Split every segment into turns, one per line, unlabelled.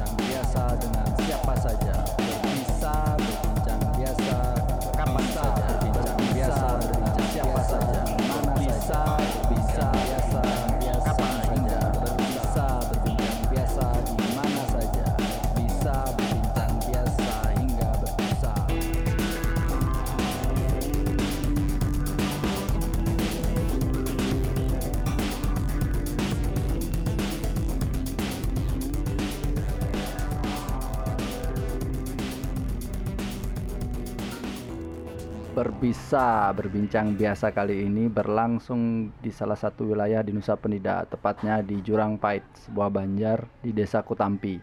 biasa dengan siapa saja bisa berbincang biasa kapan saja berbincang biasa dengan siapa saja mana bisa bisa biasa biasa kapan saja bisa berbincang biasa di mana saja bisa berbincang biasa hingga berpisah Berbisa berbincang biasa kali ini berlangsung di salah satu wilayah di Nusa Penida, tepatnya di Jurang Pahit, sebuah banjar di Desa Kutampi.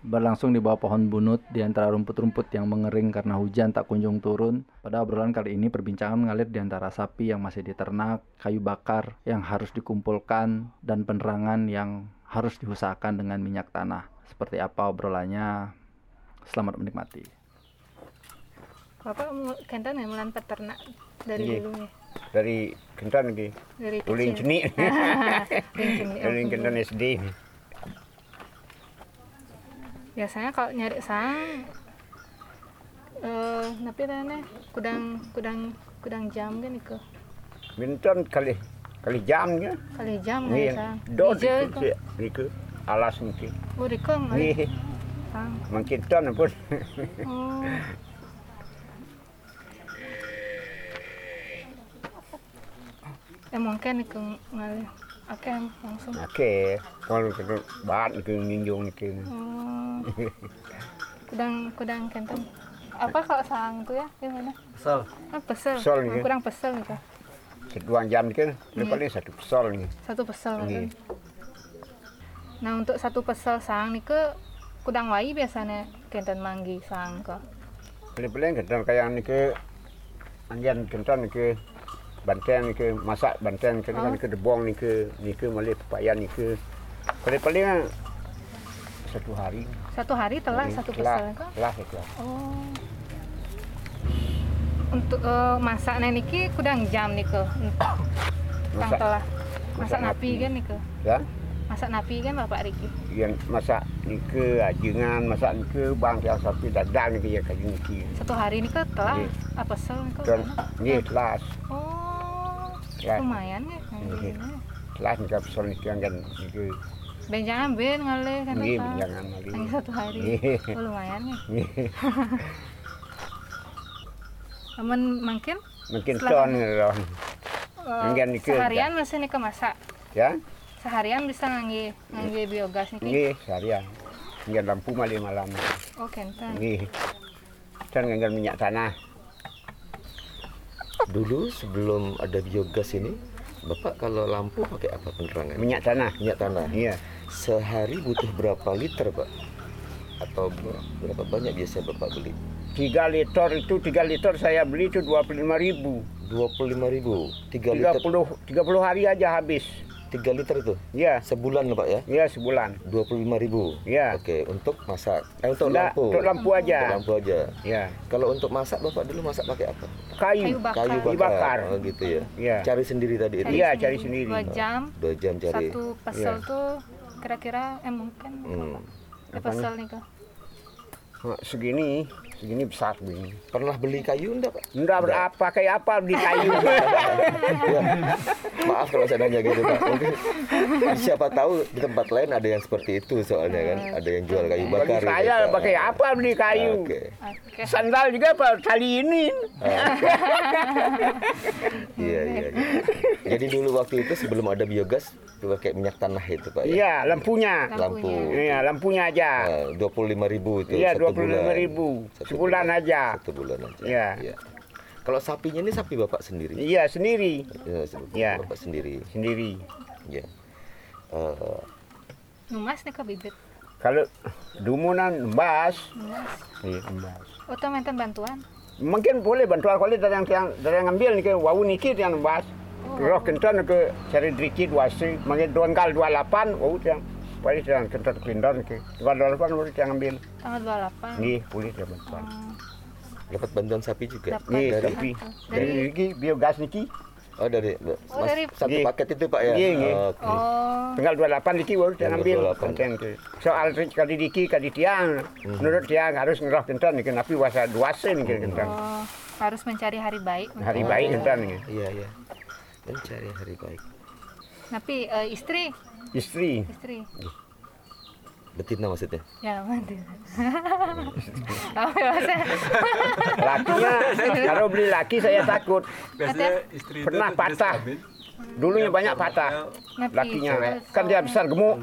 Berlangsung di bawah pohon bunut di antara rumput-rumput yang mengering karena hujan tak kunjung turun. Pada obrolan kali ini perbincangan mengalir di antara sapi yang masih diternak, kayu bakar yang harus dikumpulkan, dan penerangan yang harus diusahakan dengan minyak tanah. Seperti apa obrolannya? Selamat menikmati.
Bapak mu- kentan ya melan peternak dari
Iya.
dulu ya.
dari kentan lagi
Dari
uling
kecil.
jenik
Uling ya jenik,
uling
oke.
kentan SD
Biasanya kalau nyari sang eh tapi tane kudang kudang kudang jam kan iku.
kentan kali kali jam ya
Kali jam kan
ini
sang.
dot
Ijo
itu
iku.
sih, itu alas ini
Oh, riko ngali
ini
sang.
makin tan pun
Oh. Eh mungkin iku ngali. Oke, langsung.
oke kalau kita bahan itu ninjung itu
Oh. Kudang kudang
Eh.
kenten. Apa kalau sang tuh ya? Gimana?
Kesel.
Ah, pesel.
Pesel
Ah,
gitu.
kurang pesel gitu.
seduan jam itu ini paling satu pesol ini
Satu pesel.
Oh,
kan.
Iya.
Nah, untuk satu pesel sang niku kudang wai biasanya kenten manggi sang kok.
paling paling kentan kayak ini ke anjan kentan ke banteng ke masak banteng ke kan ke debong ni ke ni ke malih pepaya ni ke paling paling satu hari
Satu hari telah
Ini
satu
telah,
pesel kok.
telah itu
Oh. Untuk eh, masak niki kudang jam niku. Kang
Masak-
telah.
masak
Masak napi
napi.
kan niku.
ya
Masak napi kan Bapak Riki.
yang masak ni ke ajengan masak ni ke bang yang sapi dadang ni ke kaji ni ke
Satu hari niku telah
Iya.
apa pesel niku?
dan
kan?
ni kelas
Oh.
Ya.
Lumayan ya.
Iya. kelas ni kan pesol ni ke kan ni ke
Benjangan ben ngale kan
ni
Pak.
jangan mali
Hanya satu hari.
Iya.
Oh, lumayan ya.
ni
Aman mungkin
mungkin
Selama-
ton ni lah
eh,
Mungkin dikit,
seharian masih nih masak.
ya
Seharian bisa ngangge ngangge
Iya.
biogas nih.
ni seharian dengan lampu malam malam
Oh, kenten.
ni dan dengan minyak tanah
Dulu sebelum ada biogas ini, Bapak kalau lampu pakai apa penerangan?
minyak tanah
Minyak tanah.
ya
Sehari butuh berapa liter, Pak? Atau ber- berapa banyak biasanya Bapak beli?
tiga liter itu tiga liter saya beli itu dua puluh lima ribu
25.000 ribu. 3
tiga
liter.
puluh tiga puluh hari aja habis
3 liter itu?
ya
Sebulan, Pak ya?
ya sebulan
25.000 ribu.
Ya.
Oke, untuk masak. Eh, untuk
Enggak,
lampu.
untuk lampu aja.
Untuk lampu aja.
Ya,
Kalau untuk masak, Bapak dulu masak pakai apa?
Kayu
kayu.
bakar.
Kayu bakar.
Dibakar.
Oh, gitu ya.
Iya.
Cari sendiri tadi itu.
Iya, cari sendiri. Iya.
Dua jam,
Dua jam cari.
satu pesel tuh kira-kira eh mungkin
Hmm.
eh, pesel nih kok.
Nah, segini, segini besar begini.
Pernah beli kayu enggak, Pak?
Enggak berapa kayak apa di kayu.
Ya. Maaf kalau saya nanya gitu Pak. Mungkin siapa tahu di tempat lain ada yang seperti itu soalnya kan, ada yang jual kayu bakar.
Bagi
gitu,
saya
Pak.
pakai apa beli kayu.
Oke.
Oke.
Sandal juga apa tali ini.
Ah. Iya, iya, iya. Jadi dulu waktu itu sebelum ada biogas pakai minyak tanah itu Pak ya.
Iya, lampunya.
Lampu. Nah,
Iya, lampunya
Ah.
aja.
Dua puluh lima ribu itu.
Iya,
satu
25.000.
bulan. Satu
Sebulan
bulan.
aja.
Satu bulan aja.
Iya.
Kalau sapinya ini sapi bapak sendiri.
Iya, sendiri.
Iya.
Iya.
Bapak sendiri.
Sendiri.
Iya. Eh,
Numas nih kok bibit.
Kalau dumunan embas,
Numas.
iya, embas.
Oto menten bantuan.
Mungkin boleh bantuan kuali dari yang yang dari yang ambil nih ke wau nikit yang embas. Roh kentan ke cari dikit wasi, mungkin dua kali dua delapan, wau yang paling yang kentan kentan ke dua delapan boleh yang ambil.
Tanggal 28.
Nih, boleh dia bantuan.
dapat bantuan sapi juga.
Dapat.
Nih,
Dari
tapi
Dari-
dari niki biogas niki
Oh dari,
Oh, dari-
satu
Iya.
paket itu pak ya?
Iya, iya.
Oke.
Oh,
Tanggal 28 diki baru dia
Tanggal
ambil
28.
banten tu. Soal tu, kali diki kali
Hmm.
tiang. Menurut tiang harus ngerah kentan ni kenapa wasa duasin ke kentan.
oh, harus mencari hari baik.
Kan? Hari baik kentan ni.
Iya iya. Mencari hari baik.
Tapi eh, istri,
Isteri
istri.
Betina maksudnya?
Ya, mandi. Apa maksudnya?
lakinya kalau beli laki saya takut.
Biasanya istri itu
Pernah
tuh jenis
patah.
kelamin. Iya,
Dulunya banyak patah
Napi. Iya.
lakinya. Kan dia besar gemuk.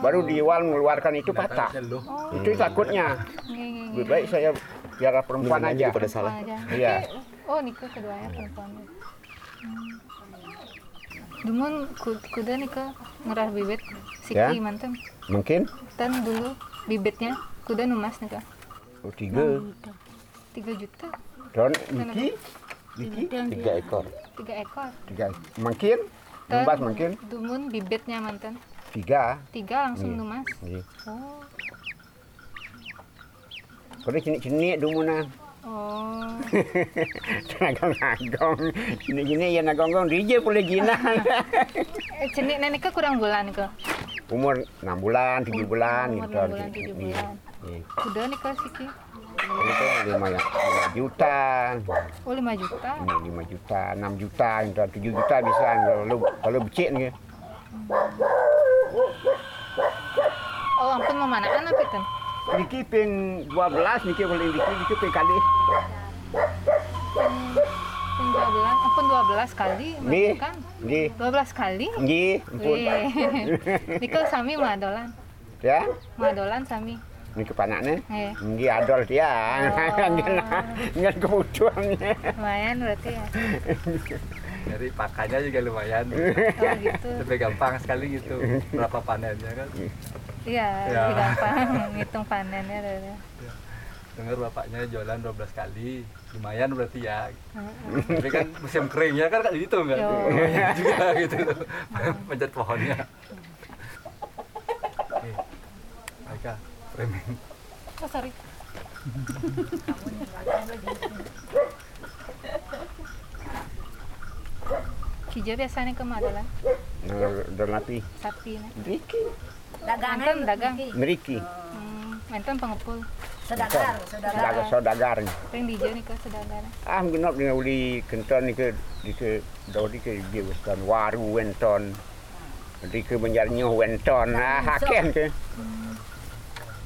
Baru diwal mengeluarkan itu patah.
Katanya loh,
Itu takutnya.
Ngi, ngi, ngi.
Lebih baik saya biarlah perempuan
Mengenai
aja.
daripada salah.
Aja.
Iya.
Tapi- Oh, nikah keduanya perempuan. Hmm. Dumun ku- kuda nikah ngerah bibit Siki
Ya.
mantan.
Mungkin
Dan dulu bibitnya kuda numas nikah
oh, tiga.
3 juta,
Don Diki, Diki
Tiga ekor.
3 ekor.
tiga. Mungkin Membas mungkin
Dumun bibitnya mantan.
tiga.
3 langsung
Iya.
numas.
Nggih.
Oh.
Kalau cinik-cinik dulu na.
Oh.
Nagong-nagong. Cinik-cinik ya nagong-gong. DJ boleh gina.
Eh, Cenik nenek ke kurang bulan ke?
Umur enam bulan, tujuh bulan.
Umur
gitu.
enam bulan, tujuh
Iya.
bulan.
Iya.
Kuda nikah Siki.
Ini tuh lima ya, lima juta,
Oh, 5 juta.
ini lima juta, enam juta, gitu. tujuh juta bisa. gitu. Kalau kalau becik nih.
Oh, ampun memanaan apa itu?
Diki ping dua belas, Diki boleh Diki, Diki ping kali.
Pun 12, ampun 12 kali
Nih,
kan?
nih,
12 kali?
nih, empun.
Wih. Nikel sami madolan.
Ya,
Madolan sami.
ini kepanaknya.
Eh,
Ini adol dia,
Oh.
nggak kebutuhannya.
lumayan berarti ya.
dari pakannya juga lumayan.
Oh gitu.
Lebih gampang sekali gitu berapa panennya kan.
Iya,
Ya.
lebih gampang ngitung panennya. Dada.
Dengar bapaknya jualan 12 kali, lumayan berarti ya. Tapi kan musim keringnya kan kan dihitung kan.
Yo.
Lumayan juga gitu. Manjat pohonnya. Oke. Aika, framing.
Oh, sorry. Kijo biasanya ke madolan,
Adol napi.
sapi. nah.
Meriki.
Mantan dagang,
Meriki.
hmm, mantan pengepul.
Sedagar, sedagar.
Dagang saudagar.
Yang dijo nih ke saudara.
Ah, genap dengan uli kenton ni ke di ke dah di ke dia weston waru wenton. Di ke menjarnya wenton. Ah, haken ke.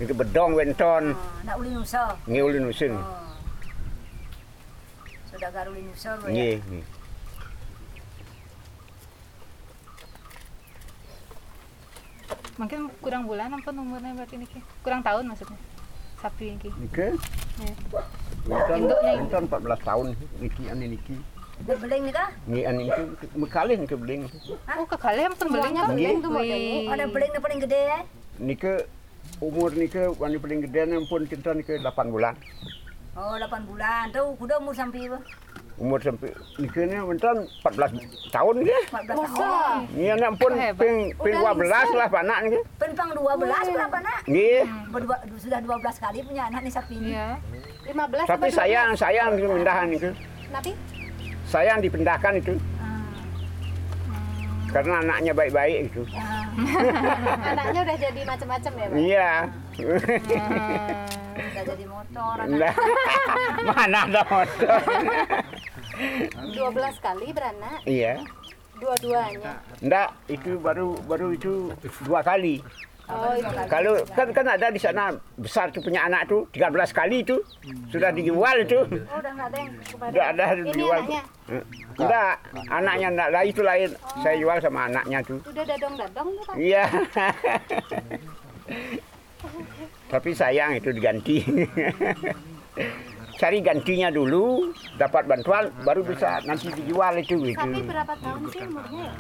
Di ke bedong wenton.
Ah, Nak uli nusa.
Ni uli nusun.
Oh. Sedagar uli nusa. Roy.
Ni. ni.
Mungkin kurang bulan apa umurnya berarti niki? Kurang tahun maksudnya. Sapi niki.
Ni ke
Ya.
wenton
Induknya itu.
wenton 14 tahun niki ane niki.
Dia beling ni kah?
Ni ane niki mekalih ni ke beling.
Oh, kekalih yang pembeling kan?
beling
tu Ada beling ni paling gede eh.
Ni ke umur ni ke wani paling gede ni pun kenton ni ke 8 bulan.
Oh, 8 bulan. Tahu kuda umur sampai apa?
Umur sampai ni ke ni wenton 14 tahun ke.
14 tahun.
Ni anak Iya, pun
Hebat.
ping ping 12 lah pak anak ni ke.
Penpang 12 berapa nak?
Nggih.
Berdua, sudah 12 kali punya anak ni sapi ni.
Iya.
Tapi sayang, sayang dipindahkan itu.
Tapi
Sayang dipindahkan itu.
Ah.
Karena anaknya baik-baik itu.
Ah. anaknya udah jadi macam-macam ya Pak?
Iya.
sudah jadi motor anak.
Nah, Mana ada motor.
12 kali beranak,
Iya.
dua-duanya.
Enggak, itu baru baru itu dua kali.
Oh, itu.
Kalau kan kan ada di sana besar tuh punya anak tuh 13 kali itu sudah dijual itu.
Oh, udah nggak ada yang kepada.
Enggak ada
Ini
dijual.
anaknya
Enggak, anaknya enggak lah itu lain. Saya jual sama anaknya tuh.
udah dadong-dadong tuh Pak.
Iya. Tapi sayang itu diganti. Cari gantinya dulu, dapat bantuan, baru bisa nanti dijual itu gitu.
Tapi berapa tahun sih umurnya ya?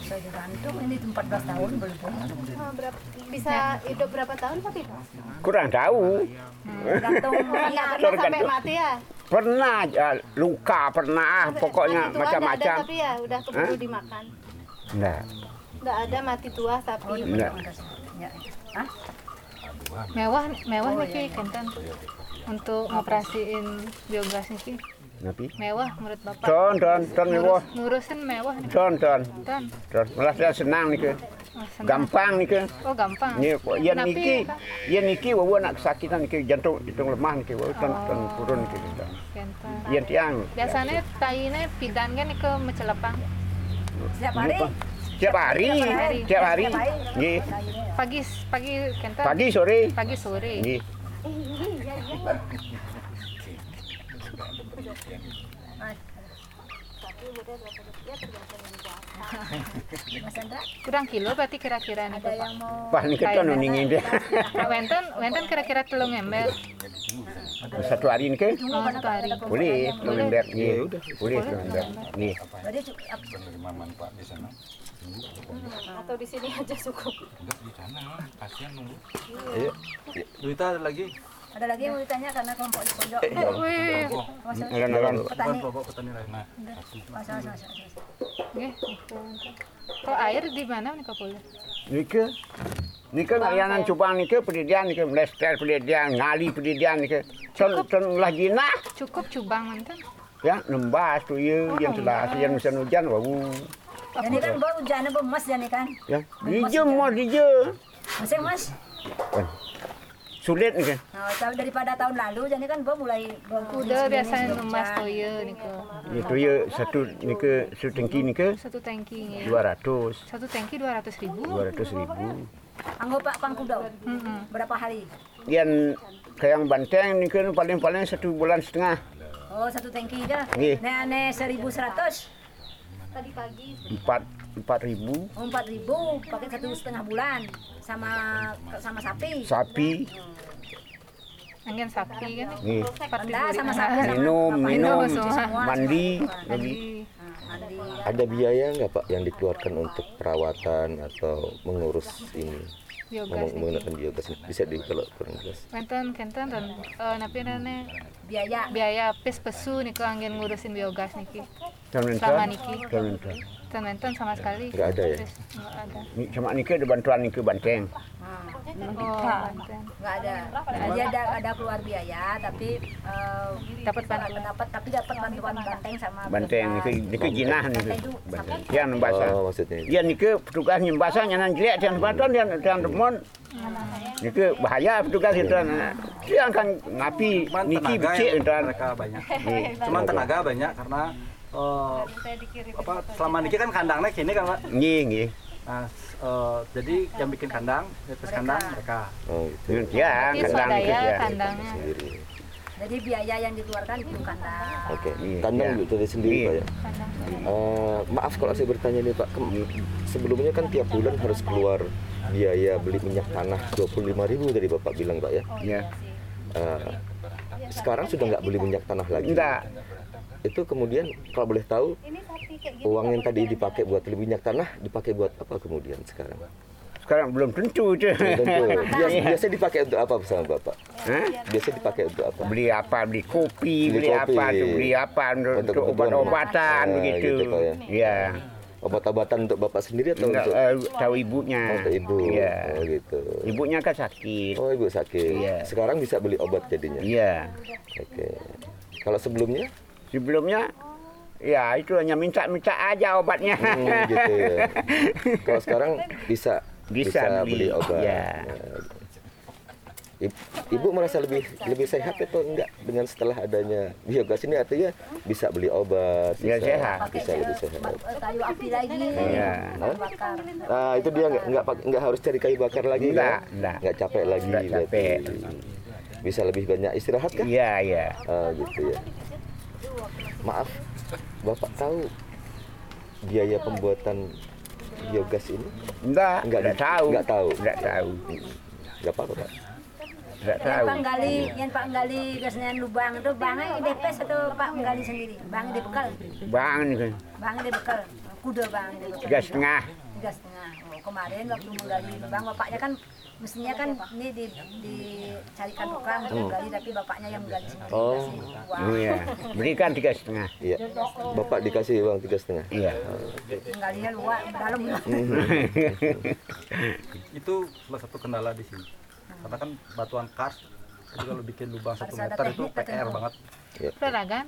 Sudah digantung ini 14 tahun belum punya.
Eh, berapa, bisa hidup berapa tahun tapi Pak?
Kurang tahu.
Gantung
Nggak
punya.
pernah sampai mati ya?
Pernah ah, luka, pernah ah, pokoknya
mati tua nggak
macam-macam.
ada tapi ya udah keburu dimakan.
Nah,
Nggak ada mati tua tapi
Nggak.
Ya. Hah?
Mewah, mewah niki kenten. Untuk ngoperasiin biogas niki.
Napi.
Mewah menurut Bapak.
Don, don, don mewah.
Ngurus, ngurusin mewah nih,
Don, don.
Don.
Don. Malah saya senang ni
Oh,
ke.
senang.
Gampang ni ke.
Oh, gampang.
Ni kok yang
Kenapa
niki,
ya, Kak?
yang niki wawa nak kesakitan ni ke jantung, jantung lemah ni ke wawa don, don turun ni ke. don.
Genteng.
Yang tiang.
Biasanya tayine pidan kan ke mencelepang.
Setiap hari.
Tiap hari,
hari.
tiap hari.
Tiap hari.
Nggih.
Pagi pagi kentang.
Pagi Iya. sore.
Pagi sore.
Nggih.
Mas Andra,
Kurang kilo berarti kira-kira nih.
ada
Bapak.
yang mau
Wah ni keton
Kayak
ningin dia.
Nah, wenten wenten kira-kira telung ember.
Satu hari ni ke.
tunggu kan
satu hari.
ada perempuan
Boleh,
yang-
belum ember. Nggih. Boleh, belum ember. Nggih.
Berarti cu- apa,
Atau di sini aja cukup.
Duita ada lagi.
ada lagi yang mau ditanya karena kelompok di pojok.
Eh.
Iya.
Oh, Wih,
Mas Mas,
Alon-alon.
Bukan
petani.
kelompok petani lain. Nah,
Mas, mas, mas, mas.
nggih. Kok air di mana nih Kak Pul?
Nika. Nika ngayanan cubang nika pendidian nika melester pendidian ngali pendidian nika. Con con lah jina
Cukup cubang wenten.
ya nembas tu ya yang telah yang musim hujan wau
Jadi kan buat hujan apa mas jadi kan?
ya. Dije mo dije.
Masih mas.
Sulit kan? nika.
Nah, tahu daripada tahun lalu jadi kan gua mulai gua
Udah biasanya numas toye nih Kak.
Itu ya satu nika satu tangki nika
Satu tangki ya.
200
Satu tangki 200 ribu.
200 ribu.
Anggap Pak Pangkudau. Berapa hari?
Yang kayang banteng nika paling-paling satu bulan setengah.
Oh, satu tangki aja.
Iya.
Nah, nih 1100.
Tadi pagi
empat empat ribu
Oh, 4000 pakai satu setengah bulan sama sama sapi.
sapi
Angin sapi kan.
nih
Anda sama sapi sama
minum
bapak.
minum
semua.
mandi lagi
Mandi.
Ada biaya nggak Pak yang dikeluarkan untuk perawatan atau mengurus ini?
Biogas
Ngomong
nih.
menggunakan biogas ini. bisa di kalau kurang jelas.
Wenten kenten dan eh napi nane
biaya.
biaya pes pesu nih ke angin ngurusin biogas niki.
tahun
Selama
ini
niki.
tahun ini
Dan wenten sama sekali.
Nggak ada ya?
Terus nggak ada.
Ni sama ni ke ada bantuan ni ke Banteng.
Oh, wenten.
Enggak Nah, ada. Dia ada ada keluar biaya tapi eh,
Dapat bantuan.
dapat tapi dapat bantuan banteng sama
Banteng ni ke
biogas.
ni ke jinah ni ke. Banteng. Dia nak basah.
Oh, maksudnya.
Dia ni ke petugas ni basah nyanan jelek dia bantuan dia dia demon. Ni ke bahaya petugas itu anak. Dia akan ngapi
Cuman
niki
tenaga
becik
ya.
yang
itu nah. anak.
mereka banyak. Cuman tenaga banyak karena eh, apa selama ini kan kandangnya gini kan Pak.
Ngi ngi.
Nah, s- eh, jadi yang bikin kandang, yang atas kandang mereka.
Oh, gitu.
Ni Dia
Ini
Iya. kandang gitu ya. ni
Iya, swadaya
ke
ya,
dia.
kan?
kandangnya.
Sendiri.
Jadi biaya yang dikeluarkan itu kandang.
Oke.
Iya,
Kandang
iya.
gitu dari sendiri
Iya.
Pak ya. Eh, maaf kalau saya bertanya nih Pak, Kem- sebelumnya kan tiap bulan harus keluar biaya beli minyak tanah 25.000 tadi Bapak bilang Pak ya.
Ya.
Eh, sekarang sudah nggak beli minyak tanah lagi.
Iya. Enggak.
Itu kemudian kalau boleh tahu uang yang tadi dipakai buat beli minyak tanah dipakai buat apa kemudian sekarang?
Sekarang belum tentu tu.
Tentu. Bias-
Iya.
biasa dipakai untuk apa sama Bapak?
Hah?
Biasa dipakai untuk apa?
Beli apa? Beli kopi,
Beli
beli,
kopi.
apa tu? Beli apa untuk,
Untuk
untuk
kebutuhan.
obat-obatan
Ah,
begitu.
gitu kau ya.
ya.
Obat-obatan untuk Bapak sendiri atau
Enggak
untuk
eh, tahu ibunya.
Oh, untuk ibu?
Ya.
Oh gitu.
Ibunya kan sakit.
Oh ibu sakit.
Iya.
Sekarang bisa beli obat jadinya.
Iya.
Oke. Kalau sebelumnya?
Sebelumnya ya itu hanya minta-minta aja obatnya.
Hmm, gitu ya. Kalau sekarang bisa
Bisa beli,
beli, obat.
iya.
Nah, i- Ibu merasa lebih lebih sehat atau enggak dengan setelah adanya biogas ini artinya bisa beli obat,
Ya,
bisa,
sehat.
bisa lebih sehat.
Eh, Kayu api lagi.
Ya.
Iya.
Kayu bakar.
Nah, itu dia nggak nggak pak- nggak harus cari kayu bakar lagi
Nggak,
kan?
nggak.
nggak capek lagi
Nggak
berarti.
capek.
bisa lebih banyak istirahat kan
Iya, iya.
Ah, gitu ya maaf bapak tahu biaya pembuatan biogas ini
Enggak,
Enggak
enggak
di-
tahu.
enggak tahu.
Enggak tahu.
nggak apa-apa pak
Enggak
Yang
tahu.
Pak Gali, yang Pak Gali biasanya lubang itu bangnya depes atau Pak Gali sendiri. Bangnya dibekal,
Bang ini
bangnya dibekal. Kuda bang dibekal.
tiga setengah.
Tiga setengah. Oh, kemarin waktu menggali lubang bapaknya kan mestinya kan ini di dicarikan tukang untuk gali tapi bapaknya yang menggali sendiri.
Hmm. Oh.
Kasih uang.
Iya. Berikan tiga setengah.
iya bapak dikasih uang tiga setengah
Iya.
Menggalinya luas, dalam.
Itu salah satu kendala di sini. Karena kan batuan kars Jadi kalau bikin lubang satu
Harus ada
meter itu
teknik
PR
tertentu.
banget.
Peraragan?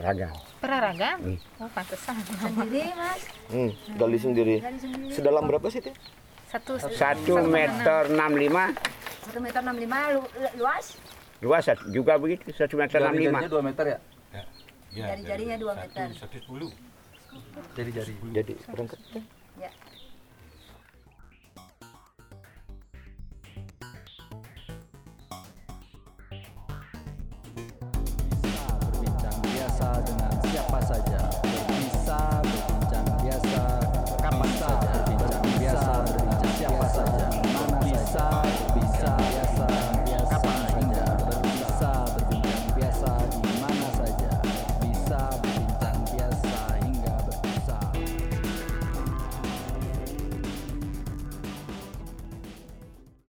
raga.
Peraragan?
Hmm.
Oh, pantesan.
sendiri mas
Hmm, gali sendiri.
dari sendiri
Sedalam berapa sih, Teh?
Satu,
Satu meter enam lima,
satu meter enam lima lu- lu- luas
luas sat- juga begitu, satu meter enam lima.
Jari-jarinya 2 meter ya?
jari jarinya dua meter
Jadi jari.
Jadi berangkat.
ya
Bisa berbincang biasa dengan siapa saja. Bisa berbincang biasa kapan saja. Berbincang biasa berbincang siapa saja. Mana bisa